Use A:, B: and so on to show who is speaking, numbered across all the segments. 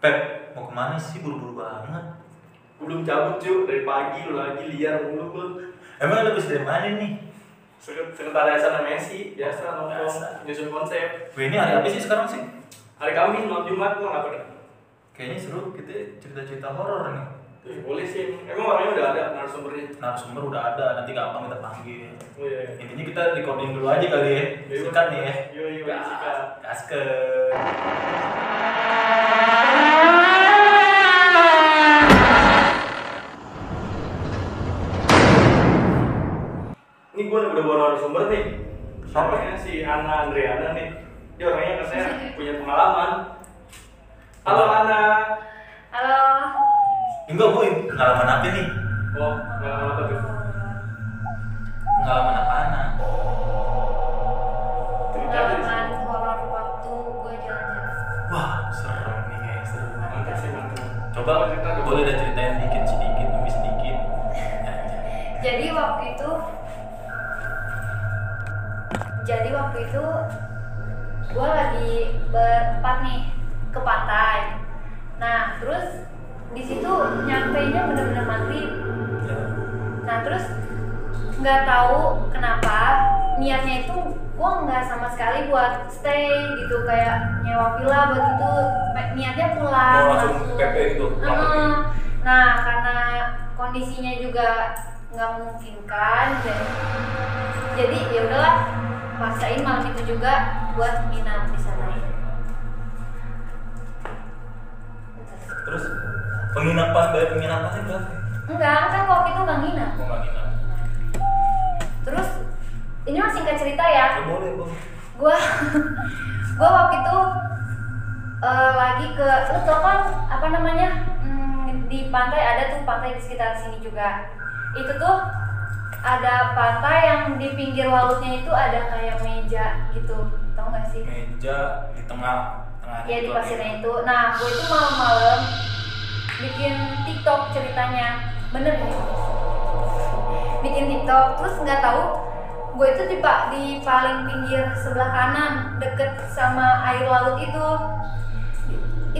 A: Pep, mau kemana sih buru-buru banget?
B: Gua belum cabut cuy dari pagi lu lagi liar mulu gua
A: Emang lu habis dari mana nih?
B: Sekret- sekretaris sana Messi biasa
A: Biasa.
B: nongkrong nyusun konsep
A: Gue ini hari apa sih sekarang sih?
B: hari Kamis malam Jumat gua nggak pernah
A: Kayaknya seru kita cerita-cerita horor nih.
B: Eh, boleh sih emang orangnya udah ada narasumbernya
A: Narasumber udah ada, nanti gampang kita panggil.
B: oh iya
A: Intinya kita recording dulu aja kali ya. Sikat nih ya.
B: yo yo iya, sikat
A: Gas ke.
B: ini gua udah bawa narasumber nih
A: Siapa?
B: namanya si Ana Andreana nih dia orangnya katanya punya pengalaman halo Ana
C: Halo.
A: Enggak, gue pengalaman apa nih?
B: oh nggak apa tuh
A: Pengalaman apa anak?
B: cerita aja di
C: Pengalaman
B: sini
C: horor waktu gue jalan-jalan.
A: Wah, serem nih kayaknya seru banget.
B: mantap sih mantap
A: Coba
B: cerita dong.
A: boleh dah ceritain dikit sedikit demi sedikit.
C: Jadi waktu itu jadi waktu itu gue lagi berempat nih ke pantai. Nah, terus di situ nyampe nya bener-bener maghrib.
A: Ya.
C: Nah, terus nggak tahu kenapa niatnya itu gue nggak sama sekali buat stay gitu kayak nyewa villa buat itu niatnya pulang
A: Mau langsung PP gitu.
C: Heeh. Nah, karena kondisinya juga nggak memungkinkan, jadi, jadi ya udahlah paksain malam itu juga buat nginap di sana.
A: Terus penginapan bayar penginapannya berapa?
C: Enggak, kan waktu itu nggak nginap.
A: Mau nggak nginap?
C: Terus ini masih singkat cerita ya.
A: Ya boleh, Bang.
C: Gua, gua waktu itu eh, lagi ke, lu tau kan apa namanya hmm, di pantai ada tuh pantai di sekitar sini juga. Itu tuh ada pantai yang di pinggir lautnya itu ada kayak meja gitu, tau gak sih?
A: Meja di tengah tengah
C: Ya
A: gitu,
C: di pasirnya itu. Nah, gue itu malam-malam bikin TikTok ceritanya, bener nih. Bikin TikTok, terus nggak tahu gue itu di pa- di paling pinggir sebelah kanan, deket sama air laut itu.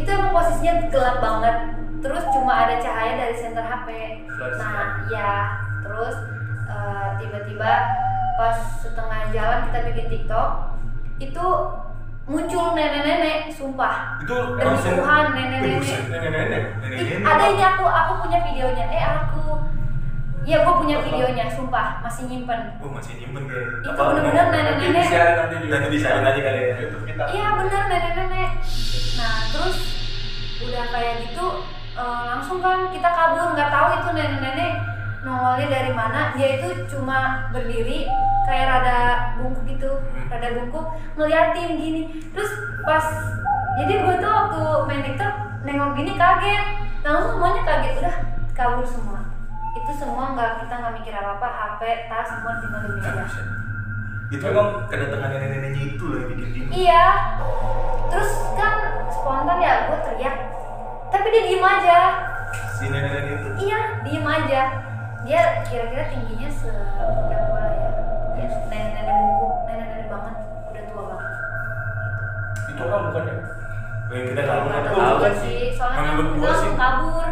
C: Itu emang posisinya gelap banget. Terus cuma ada cahaya dari senter HP.
A: Flash.
C: Nah, ya terus eh, tiba-tiba pas setengah jalan kita bikin TikTok itu muncul nenek-nenek, sumpah
A: Itu
C: demi
A: langsung
C: Tuhan
A: ya? nenek-nenek.
C: nenek-nenek Ih,
A: Nenek-nenek.
C: ada ini aku aku punya videonya eh aku ya gue punya videonya sumpah masih nyimpen
A: Gue Oh, masih nyimpen kayak.
C: Itu
A: Apa,
C: bener-bener
A: mau-
B: nanti
C: nenek-nenek.
B: bisa nanti di
A: Nanti disarin aja kali ya.
B: YouTube kita
C: iya bener nenek-nenek nah terus udah kayak gitu eh, langsung kan kita kabur nggak tahu itu nenek-nenek nongolnya dari mana dia itu cuma berdiri kayak rada bungkuk gitu
A: Hmm.
C: rada bungkuk ngeliatin gini terus pas jadi gue tuh waktu main TikTok nengok gini kaget langsung semuanya kaget udah kabur semua itu semua nggak kita nggak mikir apa apa HP tas semua tinggal di meja
A: Nah, Itu emang kedatangan nenek-neneknya itu loh yang bikin bingung.
C: Iya. Terus kan spontan ya gue teriak. Tapi dia diem aja.
A: Si nenek-nenek itu.
C: Iya, diem aja. Dia kira-kira tingginya se berapa ya? Ya nenek-nenek bungkuk, nenek-nenek banget, udah tua banget.
B: itu orang bukan ya
A: Weh, kita
C: Iya,
A: kalau nggak
C: Nggak
A: tahu
C: juga
A: sih.
C: soalnya kan
A: Menurut
C: kita
A: gua sih
C: langsung kabur.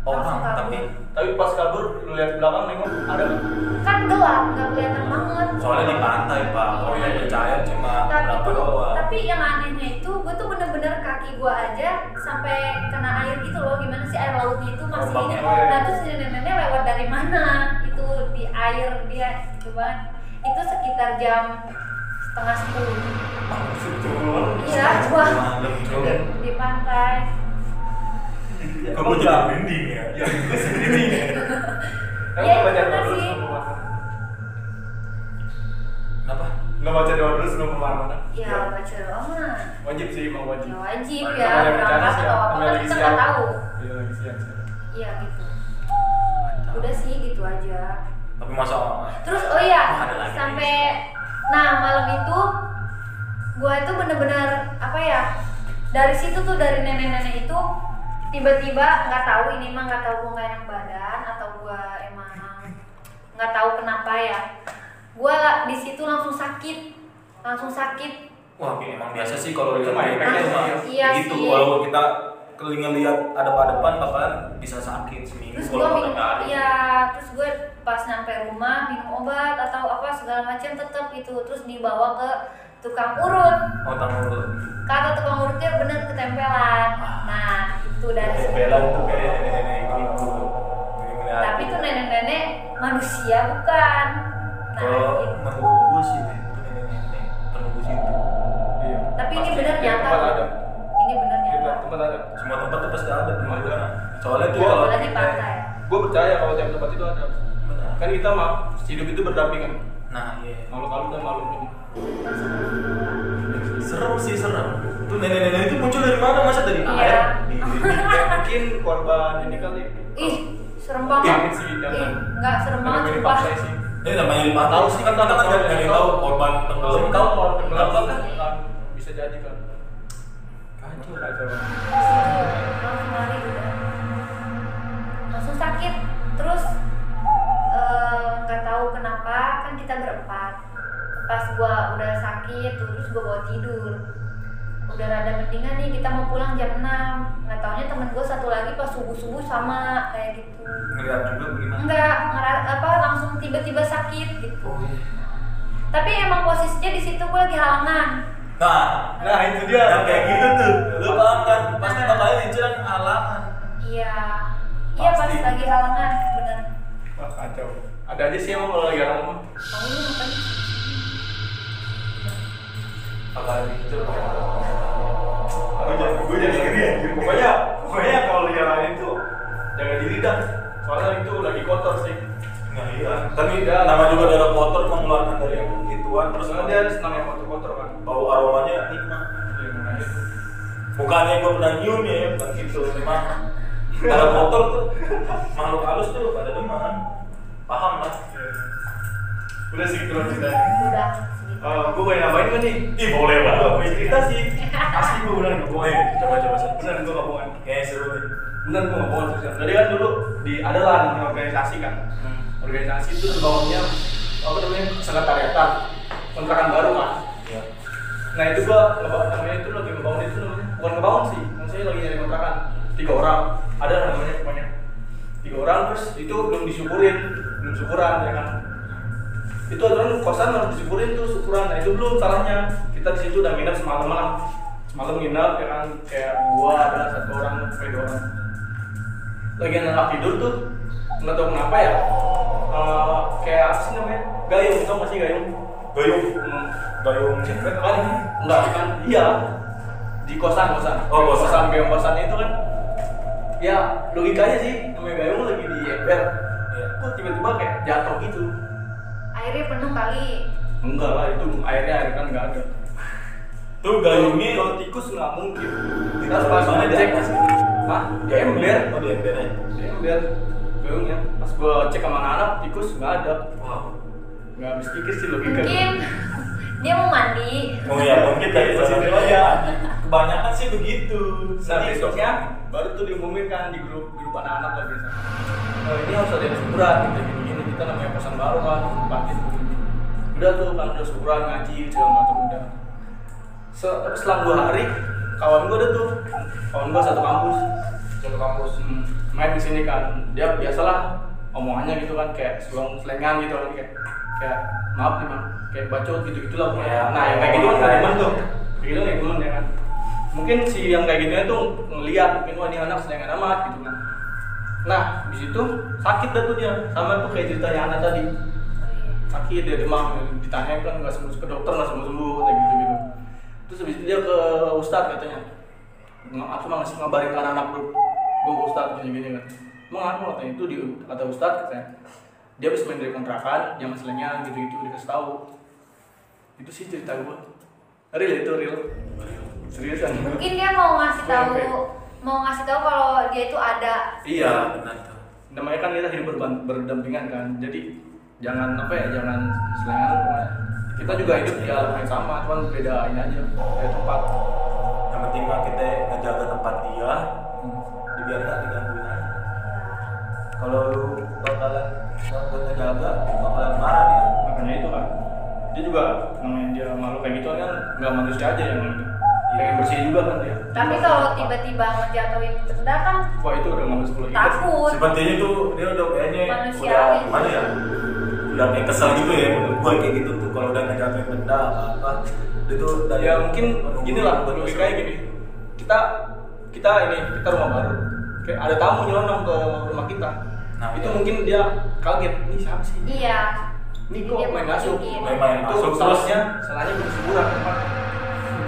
A: orang
C: Langsung kabur.
A: tapi
B: tapi pas kabur lu lihat belakang nengok ada nggak?
C: Kan gelap, nggak kelihatan banget.
A: soalnya di pantai pak Oh
C: Iya.
A: orang yang percaya cuma
C: tapi
A: berapa
C: tuh,
A: doang
C: tapi yang anehnya itu gue tuh bener-bener kaki gue aja sampai kena air gitu loh gimana sih air lautnya itu masih ini
A: Ombaknya,
B: ya.
C: nah terus si nenek-nenek lewat dari mana itu di air dia gitu banget itu sekitar jam setengah sepuluh iya gua
A: malam cowok
C: di, di pantai
A: kamu jadi merinding ya
B: Iya.
A: Gua sendiri ya
C: Ya,
B: Emang nggak baca
C: itu
B: doa dulu
C: sih.
B: sebelum kemana?
A: kenapa
B: Nggak baca doa dulu sebelum kemana-mana Iya.
C: ya baca doa mah
B: wajib sih emang wajib
C: ya wajib
B: Namanya
C: ya
B: lagi
C: berangkat
B: siang,
C: atau apa
B: namanya
C: kan
B: lagi
C: kita nggak
B: siang.
C: tahu
B: iya lagi siang siang.
C: iya gitu udah sih gitu aja
A: tapi masa
C: Terus oh iya,
A: Oh, ada lagi
C: sampai nah malam itu gua itu bener-bener apa ya? Dari situ tuh dari nenek-nenek itu tiba-tiba nggak tahu ini mah nggak tahu gua nggak enak badan atau gua emang nggak tahu kenapa ya. Gua di situ langsung sakit, langsung sakit.
A: wah emang biasa sih kalau lihat
B: Itu mah ya.
A: kayak
B: efeknya
A: gitu mah
B: sih.
C: Iya
A: gitu
C: sih.
A: walaupun kita kalau ngelihat ada pada depan bakalan bisa sakit seminggu
C: terus gue
A: kalau
C: minum
A: nggak ada.
C: ya terus gue pas nyampe rumah minum obat atau apa segala macam tetap gitu terus dibawa ke tukang urut
A: Oh tahu.
C: kata tukang urutnya bener ketempelan
B: Ah.
C: nah itu dari situ.
A: Belan tuh kayak nenek-nenek ibu-ibu. Jadi ngeliatin.
C: tapi tuh nenek-nenek manusia bukan nah
B: Oh.
A: Kalau
C: gitu.
A: menurut gue sih nih, itu nenek-nenek penunggu situ.
B: Iya.
C: tapi ini
B: Pasti
C: bener
B: di
C: nyata
B: Tempat ada.
C: ini bener
B: Di
C: nyata
B: Tempat ada.
A: Semua tempat tuh pasti ada penunggunya.
B: Ada.
A: Soalnya tuh
B: Gua-
A: kalau
C: apalagi
A: kita-
C: Iya, pantai
B: Gue percaya kalau tiap tempat itu ada.
A: Benar.
B: Kan kita mah hidup itu berdampingan.
A: Nah, iya.
B: Kalau kalau udah malu ini.
A: Serem sih serem. Tuh nenek-nenek itu muncul dari mana masa dari
C: Iya.
A: air? Di- di- di-
B: Mungkin korban ini kali.
C: ih serem
B: Jangan
C: banget
B: sih,
C: ih
B: jangan.
C: nggak serem banget
B: Ini
C: sumpah
B: paksa sih.
A: Ini namanya lima tahu sih kan tantangan kan yang tahu korban tenggelam
B: Kalau
A: tahu
B: kalau
A: tenggelam
B: tenggelam
A: kan?
B: kan bisa jadi kan.
A: Kacau.
B: Kacau kacau.
C: langsung lari gitu langsung sakit terus eh, nggak tahu kenapa kan kita berempat pas gua udah sakit terus gua bawa tidur udah rada mendingan nih kita mau pulang jam 6 nggak taunya temen gua satu lagi pas subuh subuh sama kayak gitu
A: Ngeliat juga bagaimana?
C: enggak ngera- apa langsung tiba-tiba sakit gitu
A: Oh iya.
C: tapi emang posisinya di situ gua lagi halangan
A: Nah,
B: Nah itu dia.
A: yang kayak gitu tuh, lu paham kan? Pasti bakalan inceran halangan.
C: iya iya pas
A: Pasti.
C: lagi halangan bener
B: Wah kacau. Ada aja sih emang kalau lagi ramah.
C: kamu ini bukan
B: Bakal gitu.
A: Gua jadi- gua jadi ngeri, anjir.
B: Pokoknya, pokoknya kalau lagi ramah itu jangan di lidah. Soalnya itu lagi kotor sih.
A: Nah iya. Tapi ya, nama juga darah kotor mengeluarkan dari yang gituan terus
B: Soalnya kan dia
A: ada
B: harus senang yang kotor-kotor kan.
A: bau aromanya nikmat.
B: Iya, makanya.
A: Bukannya gua pernah nyium ya, bukan gitu. Cuma darah kotor tuh makhluk halus tuh pada demen. Paham lah.
B: Udah segitu lah cerita.
C: udah segitu
B: gue Eh, boleh nambahin gak nih?
A: Ih boleh
B: Gue
A: banget.
B: punya cerita sih. Asli gue beneran gak bohong.
A: Boleh. Eh, Coba coba sih.
B: Beneran gue gak bohong.
A: Kayaknya Eh, seru nih.
B: Beneran gue gak bohong. seriusan. Jadi kan dulu di adalah namanya organisasi kan. Organisasi itu terbangunnya apa namanya sekretariatan kontrakan baru kan.
A: Iya.
B: Nah itu gua ngebangun namanya itu lagi ngebangun itu namanya bukan ngebangun sih, maksudnya lagi nyari kontrakan tiga orang ada namanya pokoknya tiga orang terus itu belum disyukurin belum syukuran ya kan itu aturan kosan harus disyukurin tuh syukuran nah itu belum salahnya kita di situ udah nginep semalam lah semalam nginep ya kan kayak gua ada satu orang sampai dua orang lagi anak tidur tuh nggak tahu kenapa ya eh, kayak apa sih namanya gayung tau masih gayung
A: Gayung,
B: Hmm,
A: gayung cewek
B: kan enggak kan iya di kosan kosan
A: Oh, kosan.
B: kosan gayung kosan itu kan ya logikanya sih namanya gayung lagi di ember
A: Iya.
B: kok tiba-tiba kayak jatuh gitu
C: airnya penuh kali
B: enggak lah itu airnya air kan enggak ada
A: Tuh gayungnya
B: kalau tikus nggak mungkin kita
A: Tikus
B: pas
A: mana
B: gue
A: di
B: cek
A: atas?
B: Hah? di ember
A: Oh di ember ya.
B: di ember gayungnya pas gue cek sama anak tikus nggak ada
A: Wow.
B: nggak habis pikir sih logikanya
C: mungkin dia mau mandi
A: Oh iya, mungkin dari positif aja. Kebanyakan sih begitu. ya?
B: Nah
A: Sedih.
B: besoknya baru tuh diumumin kan di grup grup anak-anak lah biasa. Nah, ini harus ada yang syukuran gitu gini gini kita namanya pesan baru kan pagi udah tuh kan udah syukuran ngaji segala macam udah. Se tapi selang dua hari kawan gue ada tuh kawan gue satu kampus satu kampus hmm, main di sini kan dia biasalah omongannya gitu kan kayak selong selengan gitu kan kayak kayak maaf nih Bang, kayak bacot gitu gitulah pokoknya. Nah yang kayak gitu kan gak demen tuh kayak gitu kayak gimana ya kan mungkin si yang kayak gitunya tuh ngeliat mungkin wah ini anak selengan amat gitu kan nah di situ sakit dah tuh dia sama tuh kayak ceritanya anak tadi sakit dia demam ditanya kan nggak sembuh ke dokter nggak sembuh sembuh kayak gitu gitu terus habis itu dia ke ustad katanya nggak aku mah ngasih ngabarin ke anak grup gue ke ustad gini gini kan emang aku katanya itu di kata ustad katanya dia habis main dari kontrakan yang masalahnya gitu gitu dikasih tahu itu sih cerita gue real itu real seriusan
C: mungkin dia mau ngasih tahu mau ngasih tahu kalau dia itu ada
A: Iya,
B: iya
A: benar tuh.
B: namanya kan kita hidup berban- berdampingan kan jadi jangan apa ya jangan selengan pokoknya. kita juga hidup di alam yang sama cuman beda ini aja beda tempat
A: Yang penting kan kita ngejaga tempat dia, dibiarin nggak digangguin aja. Kalau lu bakalan nggak ngejaga, bakalan marah dia.
B: makanya itu kan dia juga namanya dia malu kayak gitu kan nggak manusia aja yang itu pengen bersih juga kan dia
C: Tapi kalau tiba-tiba ngejatuhin benda kan
B: wah itu udah masuk sepuluh ikat
C: takut.
A: Sepertinya tuh dia udah kayaknya
C: Manusiawi.
A: udah gimana ya? Udah kayak kesel gitu ya menurut gue kayak gitu tuh kalau udah ngejatuhin benda apa apa dia tuh dari-
B: ya mungkin
A: menunggu
B: gini lah
A: buat
B: logikanya
A: kesel.
B: gini kita kita ini kita rumah baru kayak ada tamu nyelonong ke rumah kita
A: Nah,
B: itu
A: iya.
B: mungkin dia kaget ini siapa sih
C: Iya.
B: ini
C: Jadi
B: kok
C: dia
B: main masuk
C: mungkin.
A: Main-main
B: itu
A: masuk, terus-
B: salahnya salahnya berseburan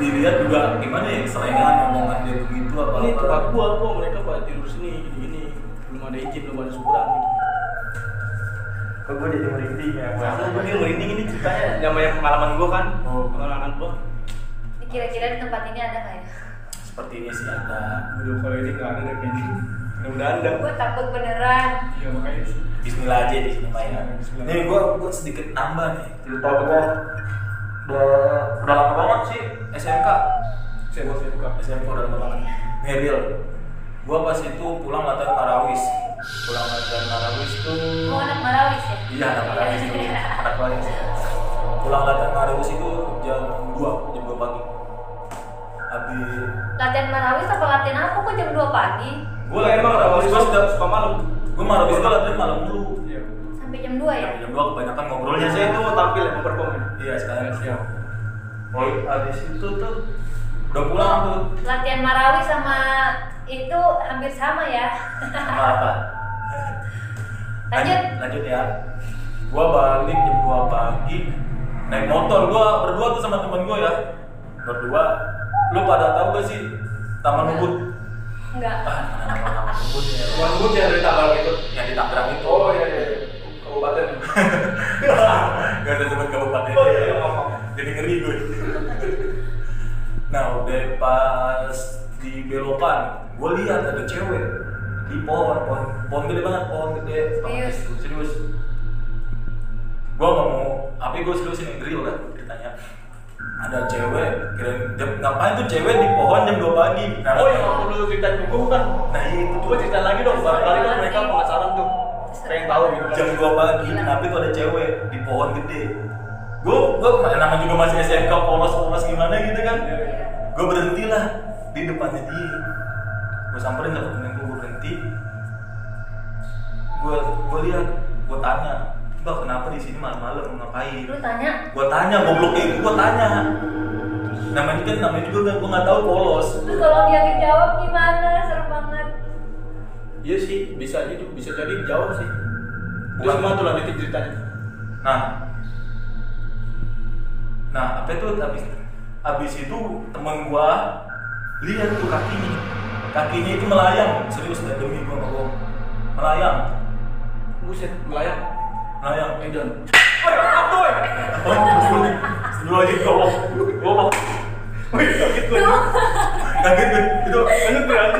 A: dilihat juga gimana ya selengan omongan dia begitu apa
B: ini
A: apa
B: tempat gua kok mereka pada tidur sini gini gini belum ada izin belum ada syukuran gitu
A: kok gue jadi merinding ya
B: sama gue dia merinding ini ceritanya sama yang pengalaman gua kan
A: Oh.
B: pengalaman gua
C: Kira-kira di tempat ini ada nggak ya?
A: seperti ini sih ada
B: udah kalau ini nggak ada deh kayaknya mudah-mudahan ada
C: Gue takut beneran.
B: ya makanya
A: Bismillah aja di sini Maya.
B: Bismillah.
A: Nih gue gue sedikit nambah nih cerita gue udah udah lama banget sih SMK
B: saya mau saya buka
A: SMK udah lama banget. Nih real, gue pas itu pulang latihan Marawis, pulang latihan Marawis tuh
C: Mau anak Marawis ya?
A: Iya, anak Marawis itu. Anak Marawis. Pulang latihan Marawis itu jam 2, jam 2 pagi. Habis
C: Latihan Marawis apa latihan apa? Kok jam 2 pagi?
B: gua emang awalnya gua sudah suka malam
A: gue Marawis itu latihan malam dulu.
B: Iya.
C: Sampai jam 2 ya?
A: Jam jam 2 kebanyakan ngobrolnya sih.
B: biasanya itu tampil ya perform ya
A: Iya, sekarang
B: Iya.
A: Oh, habis itu tuh udah pulang tuh.
C: Latihan Marawis sama itu hampir sama ya.
A: Apa apa?
C: Lanjut.
A: Lanjut ya. Gua balik jam 2 pagi naik motor gua berdua tuh sama temen gua ya. Berdua. Lu pada tahu gak sih Taman Ubud?
C: Enggak.
A: Ah, Taman Ubud ya.
B: Cuman gua jangan dari tanggal itu
A: Yang di Tangerang itu.
B: oh iya iya iya. kabupaten
A: Gak ada sebut kabupaten.
B: Oh, iya, iya, maaf.
A: Jadi ngeri gue. nah udah pas di belokan, gue lihat ada cewek di pohon, pohon, pohon gede banget, pohon gede.
C: Serius?
A: Serius. Gue nggak mau, tapi gue serius ini drill kan ceritanya. Ada cewek, kira ngapain tuh cewek di pohon jam 2 pagi? Nah,
B: oh yang waktu dulu cerita juga bukan
A: nah itu
B: coba cerita lagi dong barangkali kan mereka penasaran tuh pengen tahu gitu kan
A: jam 2 pagi
C: Gila.
A: tapi kalau ada cewek di pohon gede gue gue nama juga masih SMK polos polos gimana gitu kan gue berhentilah di depannya dia gue samperin lah temen gue berhenti gue gue lihat gue tanya mbak kenapa di sini malam-malam ngapain
C: Lu tanya,
A: gue tanya goblok kayak gue tanya namanya kan namanya juga gue nggak tahu polos
C: lu kalau dia ngejawab gimana? Seru banget.
B: Iya sih, bisa jadi bisa jadi jauh sih. Terus
A: Bukan.
B: gimana tuh lanjutin ceritanya?
A: Nah, nah apa itu habis habis itu temen gua lihat tuh kakinya, kakinya itu melayang serius dah demi gua nggak bohong, melayang,
B: Buset, melayang.
A: melayang.
B: Eh, jangan. Woi, apa tuh? woi?
A: Oh, dulu aja gua bohong, gua bohong.
B: Oh
A: Wih,
B: iya,
A: kaget gue, kaget gue. Itu, itu berarti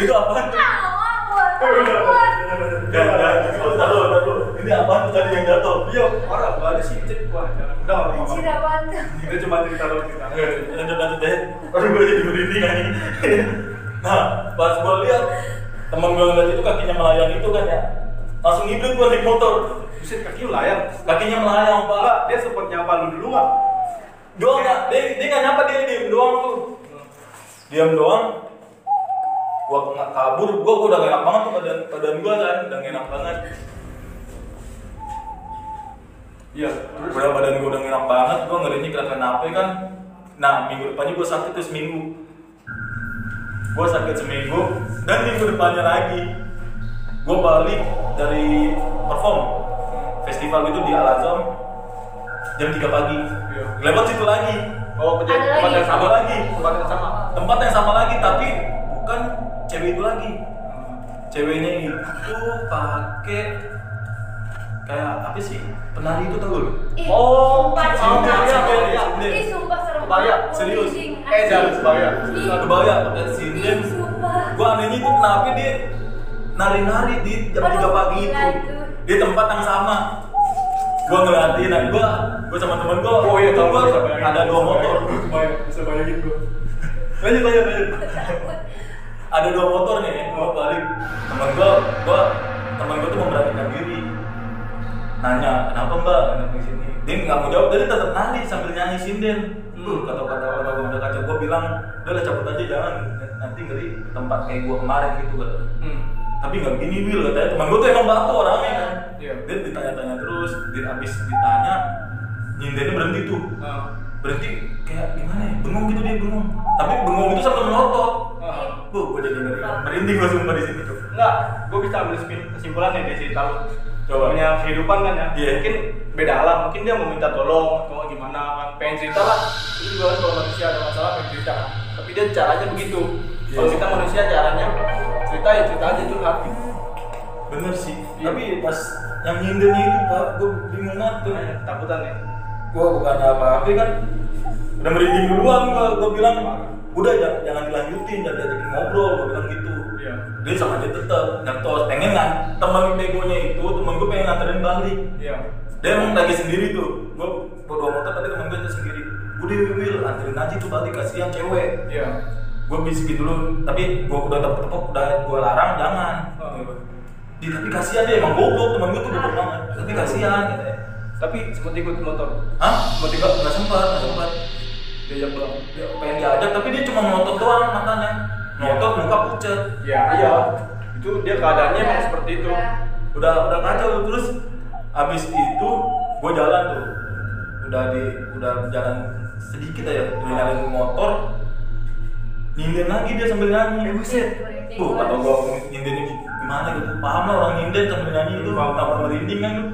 A: itu apa?
C: Awal gua takut.
A: Jangan, jangan, jangan, taruh, taruh. Ini apa tadi yang jatuh?
B: Iya, orang gak ada sih cek gua. Jangan. Udah, nggak apa-apa.
C: Anjir apaan tuh?
B: Kita cuma cerita doang cerita.
A: lanjut lanjut deh aduh gue jadi merinding anjing nah pas gue lihat temen gue ngeliat itu kakinya melayang itu kan ya langsung ngibrit gue naik motor
B: Buset, kaki lu layang.
A: kakinya melayang pak
B: Enggak, dia sempet nyapa lu dulu enggak?
A: doang nggak dia dia nggak nyapa dia diem doang tuh diam doang gua nggak kabur gua gua udah nggak enak banget tuh badan badan gua kan udah nggak enak banget
B: Iya, terus
A: udah badan gua udah nggak enak banget gua ngerinya kena nape kan nah minggu depannya gua sakit tuh seminggu gua sakit seminggu dan minggu depannya lagi gua balik dari perform festival itu di Al Azam jam 3 pagi
B: Iya.
A: lewat situ lagi
B: Oh, kejadian
C: Ada
B: tempat
C: lagi.
B: yang sama
A: Ada lagi.
B: Tempat yang sama.
A: tempat yang sama lagi tapi bukan cewek itu lagi ceweknya itu pakai kayak apa sih penari itu tau lu
C: Ih,
B: Oh,
C: sumpah,
B: si
C: serem
B: Indah, si
C: banget.
B: Indah,
A: si Indah.
C: Ih, sumpah serem
B: Kebaya,
C: banget.
A: serius.
C: Merinding,
B: Eh, jangan
C: asli.
B: sebaya.
C: Ih,
A: Satu kebaya pakai sinden.
C: ih, sumpah.
A: Gua anehnya itu kenapa dia nari-nari di jam
C: Aduh,
A: 3 pagi
C: gila
A: itu
C: itu.
A: di tempat yang sama. Gua ngeliatin dan gua gua sama temen gua.
B: Oh iya, tahu
A: gua
B: bisa bayangin.
A: ada dua
B: Bisa
A: motor.
B: bayangin. Bisa bayangin, Bisa bayangin gua.
A: Lanjut lanjut lanjut. ada dua motor nih, gua balik. Temen gua, gua temen gua tuh memberanikan diri. Nanya, kenapa mbak? Kenapa di sini? Dia nggak mau jawab, jadi tetap nari sambil nyanyi sinden.
B: Hmm.
A: Duh, Hmm, kata-kata orang gue udah kacau. Gue bilang, udah lah cabut aja jangan. Nanti ngeri ke tempat kayak gue kemarin gitu kan.
B: Hmm.
A: Tapi nggak begini Will katanya. Teman gue tuh emang batu orangnya kan.
B: Iya.
A: Dia ditanya-tanya terus. Dia abis ditanya, nyindirnya berhenti tuh.
B: Ah.
A: Berhenti kayak gimana ya? Bengong gitu dia bengong. Tapi bengong itu sambil melotot.
B: Ah.
A: Gue gue jadi ngeri. Merinding gue sumpah di sini tuh.
B: Enggak, gue bisa ambil spin- kesimpulannya dari cerita lu.
A: Coba.
B: Punya kehidupan kan ya.
A: Iya.
B: Mungkin beda alam, mungkin dia mau minta tolong atau gimana kan. Pengen cerita lah. Itu juga kan kalau manusia ada masalah pengen cerita. kan. Tapi dia caranya begitu.
A: Iya.
B: Kalau kita manusia caranya cerita ya cerita aja curhat gitu.
A: Bener sih.
B: Iya.
A: Tapi pas yang nyindirnya itu pak, gue bingung banget tuh.
B: Nah, takutan ya.
A: gua bukan apa-apa kan udah merinding duluan gua gua bilang udah jangan, jangan dilanjutin jangan diajakin ngobrol gua bilang gitu
B: Iya.
A: dia sama aja tetep nyetos pengen kan temen begonya itu temen gua pengen nganterin balik
B: Iya.
A: dia emang lagi sendiri tuh gua berdua motor tadi temen gua itu sendiri udah wil anterin aja tuh balik kasihan cewek
B: Iya.
A: gua bisik dulu tapi gua udah tepuk-tepuk udah gua larang jangan
B: Oh.
A: Di, tapi kasihan dia emang goblok temen gua tuh goblok banget tapi kasihan gitu ya. katanya
B: Tapi sempat ikut motor.
A: hah mau tiba nggak sempat nggak sempat
B: Diajak pulang.
A: Dia pengen diajak tapi dia cuma ngotot doang matanya ngotot muka pucat
B: Iya, iya. Itu dia keadaannya
C: Iya,
B: memang seperti itu.
A: udah udah kacau terus abis itu gue jalan tuh udah di udah jalan sedikit aja udah nyalain motor nyindir lagi dia sambil nyanyi buset tuh kata gue nyindirnya gi- gimana gitu paham lah orang nyindir sambil nyanyi itu
B: Paham.
A: tambah merinding kan lu.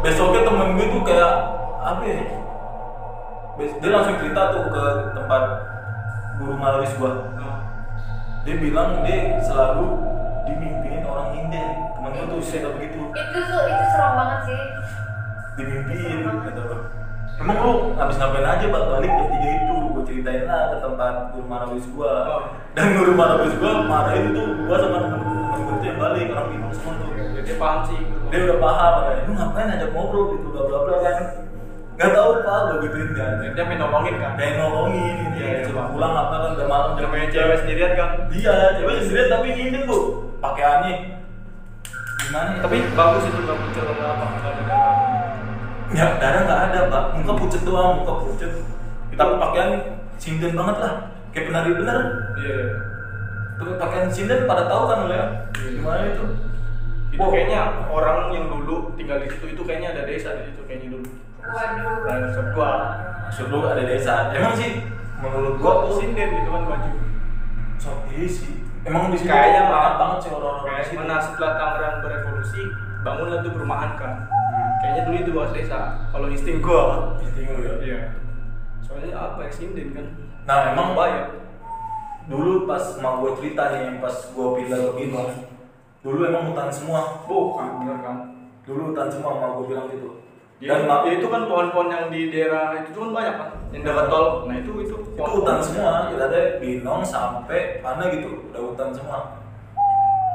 A: besoknya temen gue tuh kayak apa ya Bes- dia langsung cerita tuh ke tempat guru malawis gua
B: Nah,
A: dia bilang dia selalu dimimpinin orang India temen gue tuh cerita begitu
C: itu tuh itu serem banget sih
A: dimimpin kata gue emang lu abis ngapain aja pak balik jam tiga itu gue ceritain lah ke tempat guru marawis gua
B: Oh.
A: dan guru marawis gua marahin tuh gua sama temen temen gue tuh yang balik orang bingung semua tuh
B: Jadi dia paham sih.
A: dia udah paham katanya lu ngapain ajak ngobrol gitu bla bla bla kan nggak tahu pak gue gituin kan
B: Dia pengen nolongin kan.
A: kayak nolongin ini
B: Iya, iya,
A: coba
B: Pak.
A: pulang apa kan udah malam
B: Dia
A: jam
B: pengen
A: tiga.
B: cewek sendirian kan.
A: Iya, coba sendiri tapi nyindir bu pakaiannya gimana? ya?
B: tapi bagus itu nggak muncul nggak apa nggak ada darah
A: ya darah nggak ada pak, muka pucet doang, muka pucet. Kita pakaian sinden banget lah, kayak penari bener.
B: iya
A: Tapi pakaian sinden pada tahu kan lo ya? Gimana itu?
B: Iya, itu
A: Wow.
B: kayaknya orang yang dulu tinggal di situ itu kayaknya ada desa di situ kayaknya dulu
C: waduh
B: Nah, maksud gua
A: Maksud lu ada desa? Emang sih, menurut gua tuh
B: gua
A: sih,
B: sinden gitu kan baju
A: sok iya sih. Emang di sini
B: Kayaknya
A: tuh
B: malah-
A: banget sih orang-orang di
B: kayak
A: sini.
B: mana setelah Tangerang berevolusi bangunlah tuh perumahan kan kayaknya dulu itu bahas desa kalau insting gua
A: Insting lu ya.
B: iya soalnya apa ya sinden kan
A: Nah emang
B: bayar
A: dulu pas mau gue cerita nih, pas gue pindah ke Bino, dulu emang hutan semua.
B: bukan bener kan
A: dulu hutan semua mau gue bilang gitu
B: Ya,
A: dan ma-
B: ya itu kan pohon-pohon yang di daerah itu kan banyak kan yang dekat tol nah itu itu
A: itu hutan semua kita ada binong sampai mana gitu udah hutan semua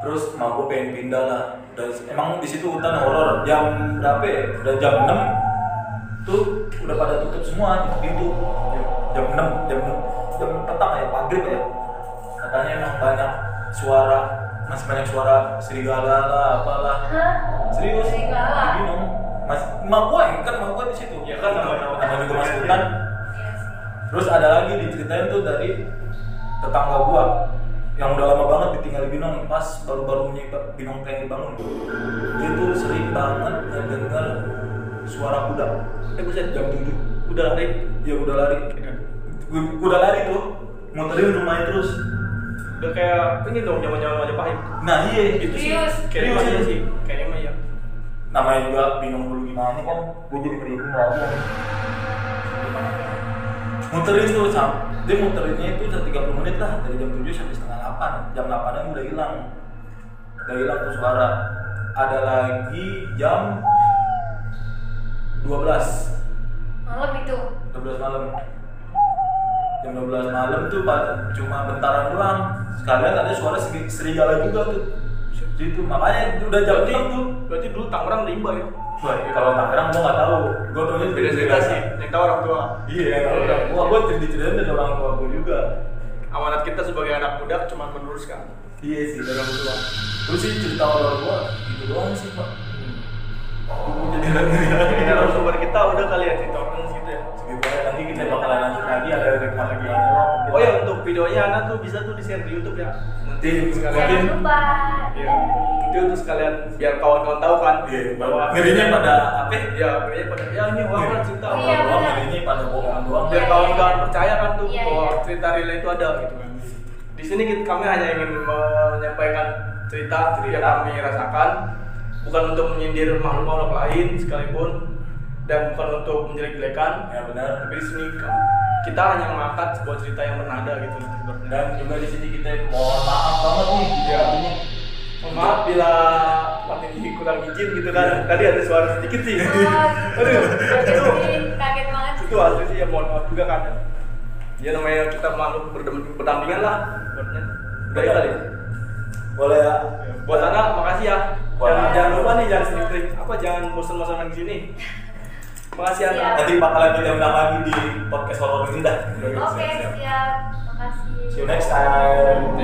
A: terus mak gue pengen pindah lah Dan emang di situ hutan horor jam berapa ya? udah jam 6 tuh udah pada tutup semua tutup pintu jam 6 jam 6 jam petang ya maghrib ya katanya emang banyak suara masih banyak suara serigala lah apalah
C: hah
A: serius
C: Serigala.
A: Di binong mas mak gue kan mak gue di situ
B: Ya kan, namanya-
A: namanya juga masuk hutan
C: Iya sih.
A: Terus ada lagi diceritain tuh dari tetangga gua yang udah lama banget ditinggal di Binong pas baru-baru menyimpang Binong pengen dibangun. Dia tuh sering banget ngedengar suara kuda. Eh buset jam 7. Udah lari. Ya udah lari. Gu- Kuda lari tuh muterin rumahnya terus.
B: udah kayak ini dong zaman zaman Majapahit
A: Nah, iya.
B: gitu sih
C: Serius?
B: kayaknya
A: Serius
B: mah iya
A: itu?
B: sih kayaknya mah iya
A: Namanya juga Binong dulu gimana kan gua jadi merinding lagi. Muterin tuh sam. Dia muterinnya itu udah 30 menit lah dari jam 7 sampai setengah 8. Jam 8 an udah hilang. Udah hilang tuh suara. Ada lagi jam 12.
C: malam itu
A: 12 malam jam 12 malam tuh pada cuma bentaran doang sekalian ada suara seri- serigala juga tuh itu makanya itu udah jam
B: berarti
A: 6 tuh
B: berarti dulu Tangerang rimba ya
A: Wah, iya. kalau Tangerang gua nggak tahu gua tahunya
B: beda cerita sih yang tahu orang tua
A: iya kalau orang gua gua cerita-ceritain dari orang tua gua juga
B: amanat kita sebagai anak muda cuma meneruskan
A: iya sih dari orang tua terus sih cerita orang gua gitu doang sih pak
B: jadi jadi narasumber kita udah kali ya TikTokers gitu ya
A: Segitu aja nanti kita bakalan lanjut lagi ada rekaman lagi yang lain.
B: oh ya untuk videonya Ana tuh bisa tuh di share di YouTube ya
A: nanti mungkin
C: Jangan lupa.
B: Iya. Itu tuh sekalian biar kawan-kawan tahu kan.
A: Iya, bahwa ngerinya pada apa?
B: Iya, ngerinya pada ya ini wah kan cerita.
A: Orang
C: Iya,
A: doang
C: benar.
A: ngerinya pada bohongan doang. ya.
B: Biar
C: Iya,
B: kawan-kawan
C: iya.
B: percaya kan tuh
C: Iya,
B: bahwa
C: iya.
B: cerita real itu ada gitu kan. Di sini kita- kami hanya ingin menyampaikan cerita yang kami rasakan bukan untuk menyindir makhluk-makhluk lain sekalipun dan bukan untuk menjelek-jelekan
A: Ya benar.
B: tapi di sini ka- kita hanya mengangkat sebuah cerita yang bernada gitu
A: Dan juga di sini kita mohon maaf banget nih.
B: Iya. Mohon Oh, Maaf bila makin ini kurang izin gitu kan. Tadi ada suara sedikit sih.
C: Wah,
B: Aduh,
C: kaget
B: aduh.
C: sih, kaget banget sih.
B: Itu asli sih ya mohon maaf juga kan. Ya namanya kita makhluk berdem- berdampingan lah. Buatnya. Udah ya kali.
A: Boleh ya.
B: Buat Ana makasih ya.
A: Boleh.
B: Jangan, jangan lupa nih jangan sering apa jangan bosan-bosanan di sini. Makasih Ana.
A: Nanti bakalan kita undang lagi di podcast horor ini dah.
C: Oke, siap. Makasih.
A: See you next time.